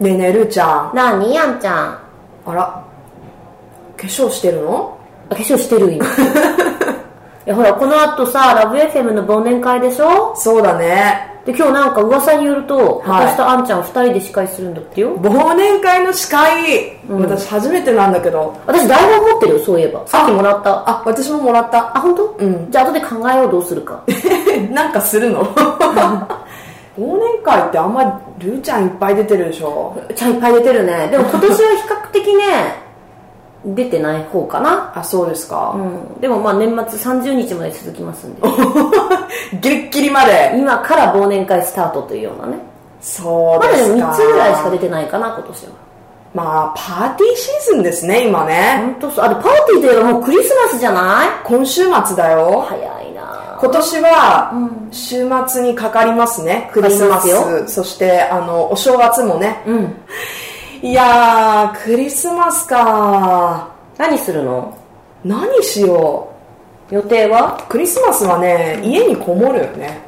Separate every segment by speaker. Speaker 1: ねえねえるーちゃん
Speaker 2: なあにやんちゃん
Speaker 1: あら化粧してるの
Speaker 2: 化粧して る今いやほらこの後さラブ f m の忘年会でしょ
Speaker 1: そうだね
Speaker 2: で今日なんか噂によると、
Speaker 1: はい
Speaker 2: 私とあんちゃん2人で司会するんだってよ
Speaker 1: 忘年会の司会、私初めてなんだけど
Speaker 2: 私台本持ってるよそういえばさっきもらった
Speaker 1: あ私ももらった
Speaker 2: あ本当？ うんじゃあ後で考えようどうするか
Speaker 1: なんかするの 忘年会ってあんまりるーちゃんいっぱい出てるでしょ
Speaker 2: ちゃんいっぱい出てるね でも今年は比較的ね出てない方かな
Speaker 1: あそうですか、
Speaker 2: うんでもまあ年末30日まで続きますん で
Speaker 1: ギリッギリまで
Speaker 2: 今から忘年会スタートというようなね
Speaker 1: そう
Speaker 2: まだ
Speaker 1: で
Speaker 2: ですも
Speaker 1: か
Speaker 2: 3つぐらいしか出てないかな今年は
Speaker 1: まあパーティーシーズンですね今ね
Speaker 2: 本当そうあれパーティーといえばもうクリスマスじゃない
Speaker 1: 今週末だよ
Speaker 2: 早いな
Speaker 1: 今年は週末にかかりますねクリスマ
Speaker 2: かかります
Speaker 1: スそしてあのお正月もね
Speaker 2: うん
Speaker 1: いやークリスマスか
Speaker 2: 何するの
Speaker 1: 何しよ
Speaker 2: 予定は
Speaker 1: うクリスマスはね家にこもるよね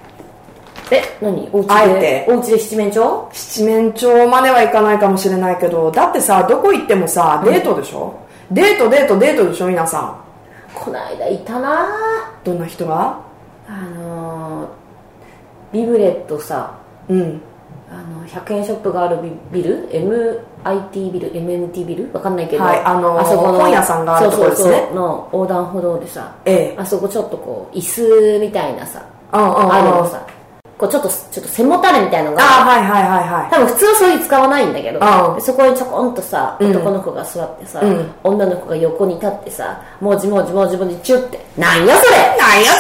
Speaker 2: え何お家で
Speaker 1: あえて
Speaker 2: お家で七面鳥
Speaker 1: 七面鳥まではいかないかもしれないけどだってさどこ行ってもさデートでしょ、デートデートデートでしょ皆さん
Speaker 2: こないだいたな
Speaker 1: どんな人が
Speaker 2: あのー、ビブレットさ
Speaker 1: うん
Speaker 2: あの100円ショップがあるビビル MIT ビル MMT ビルわかんないけど、
Speaker 1: はいあのー本屋さんがあるところですね
Speaker 2: そうそうそうの横断歩道でさ
Speaker 1: ええ
Speaker 2: あそこちょっとこう椅子みたいなさ
Speaker 1: うんうんうん
Speaker 2: あるのさこうちょっとちょっと背もたれみたいのが
Speaker 1: ああはいはいはいはい
Speaker 2: 多分普通はそういう使わないんだけど
Speaker 1: ああ
Speaker 2: でそこにちょこんとさ男の子が座ってさ、
Speaker 1: うん
Speaker 2: 女の子が横に立ってさもじもじもじもじチュってなんやそれ
Speaker 1: なんや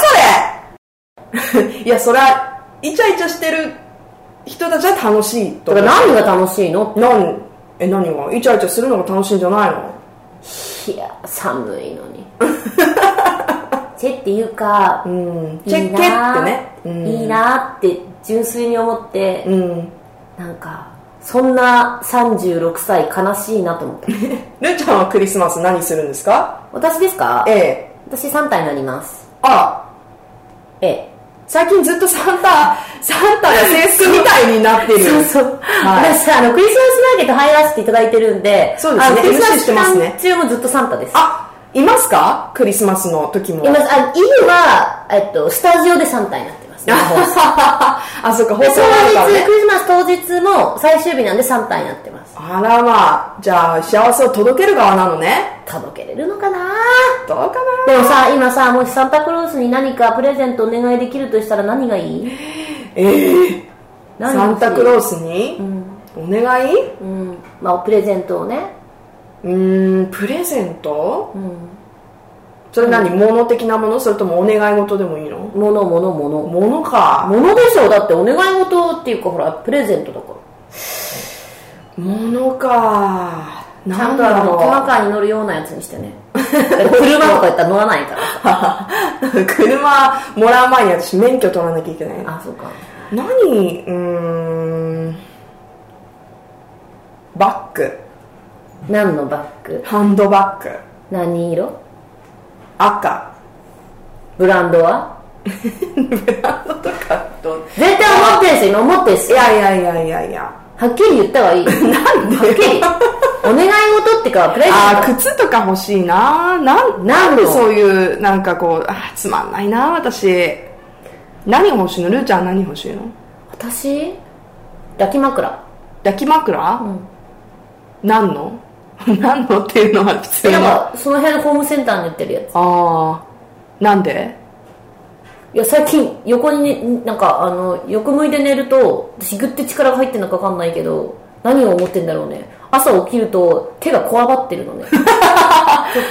Speaker 1: それ いやそりゃイチャイチャしてる人たちは楽しいと
Speaker 2: だから何が楽しいの
Speaker 1: なんえ何がイチャイチャするのが楽しいんじゃないの
Speaker 2: いや寒いの にチェっていうか、
Speaker 1: うん
Speaker 2: い
Speaker 1: チェ
Speaker 2: い
Speaker 1: ッケ
Speaker 2: な
Speaker 1: ってねうん
Speaker 2: いいなって純粋に思って、
Speaker 1: うん
Speaker 2: なんかそんな36歳悲しいなと思った
Speaker 1: るーちゃんはクリスマス何するんです か
Speaker 2: 私ですか
Speaker 1: ええ
Speaker 2: 私3体になります
Speaker 1: あ
Speaker 2: ええ
Speaker 1: 最近ずっとサンタ、サンタの制服みたいになってる。
Speaker 2: そうそう。
Speaker 1: はい
Speaker 2: 私、あの、クリスマスマーケット入らせていただいてるんで、
Speaker 1: そうですね
Speaker 2: あのクリスマ
Speaker 1: MC し
Speaker 2: ス
Speaker 1: て
Speaker 2: 期
Speaker 1: ますね
Speaker 2: 間中もずっとサンタです。
Speaker 1: あ、いますかクリスマスの時も。
Speaker 2: 今、あ家は、えっと、スタジオでサンタになってます、ね。放送
Speaker 1: あ、そっか、放
Speaker 2: で
Speaker 1: 送なん
Speaker 2: 当
Speaker 1: か
Speaker 2: 日、
Speaker 1: ね
Speaker 2: ク。リスマス当日も最終日なんでサンタになってます。
Speaker 1: あらまあ、じゃあ幸せを届ける側なのね。
Speaker 2: 届けれるのかな
Speaker 1: どうかな
Speaker 2: でもさ、今さ、もしサンタクロースに何かプレゼントお願いできるとしたら何がいい
Speaker 1: ええ
Speaker 2: 何
Speaker 1: サンタクロー
Speaker 2: ス。
Speaker 1: スに、お願い
Speaker 2: うん。まあ、プレゼントをね。
Speaker 1: うーん、プレゼント
Speaker 2: うん。
Speaker 1: それ何、物的なものそれともお願い事でもいいの
Speaker 2: 物、物、物。
Speaker 1: 物か。
Speaker 2: 物でしょだってお願い事っていうか、ほら、プレゼントだから。
Speaker 1: 物か。
Speaker 2: ちゃ
Speaker 1: なんん
Speaker 2: と
Speaker 1: だ
Speaker 2: あの
Speaker 1: ろう
Speaker 2: ト。ナカイに乗るようなやつにしてね 車とかやったら乗らないからさ
Speaker 1: 車もらう前に私免許取らなきゃいけない
Speaker 2: あそうか
Speaker 1: 何うーんバッグ
Speaker 2: 何のバッグ
Speaker 1: ハンドバッグ
Speaker 2: 何色
Speaker 1: 赤
Speaker 2: ブランドは
Speaker 1: ブランドとかと
Speaker 2: 絶対思ってんすよ今思ってんす
Speaker 1: い
Speaker 2: よ
Speaker 1: やいやいやいやいや
Speaker 2: はっきり言っ たはいいなんではっきりお願い事ってかプレゼン
Speaker 1: あ
Speaker 2: ト
Speaker 1: ー靴とか欲しいななん
Speaker 2: な
Speaker 1: なんん
Speaker 2: の
Speaker 1: でそういうなんかこうあーつまんないな私何が欲しいのルーちゃん何欲しいの
Speaker 2: 私抱き枕
Speaker 1: 抱き枕、
Speaker 2: ん
Speaker 1: 何の 何のっていうのは普通
Speaker 2: で
Speaker 1: のあ
Speaker 2: もその辺のホームセンターに売ってるやつ
Speaker 1: あーなんで
Speaker 2: いや最近横に、ね、なんかあの横向いて寝ると私グッて力が入ってるのか分かんないけど何を思ってんだろうね朝起きると手がこわばってるのねちょっ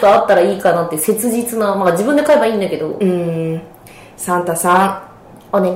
Speaker 2: とあったらいいかなって切実なまあ自分で買えばいいんだけど、
Speaker 1: うーんサンタさん
Speaker 2: お願い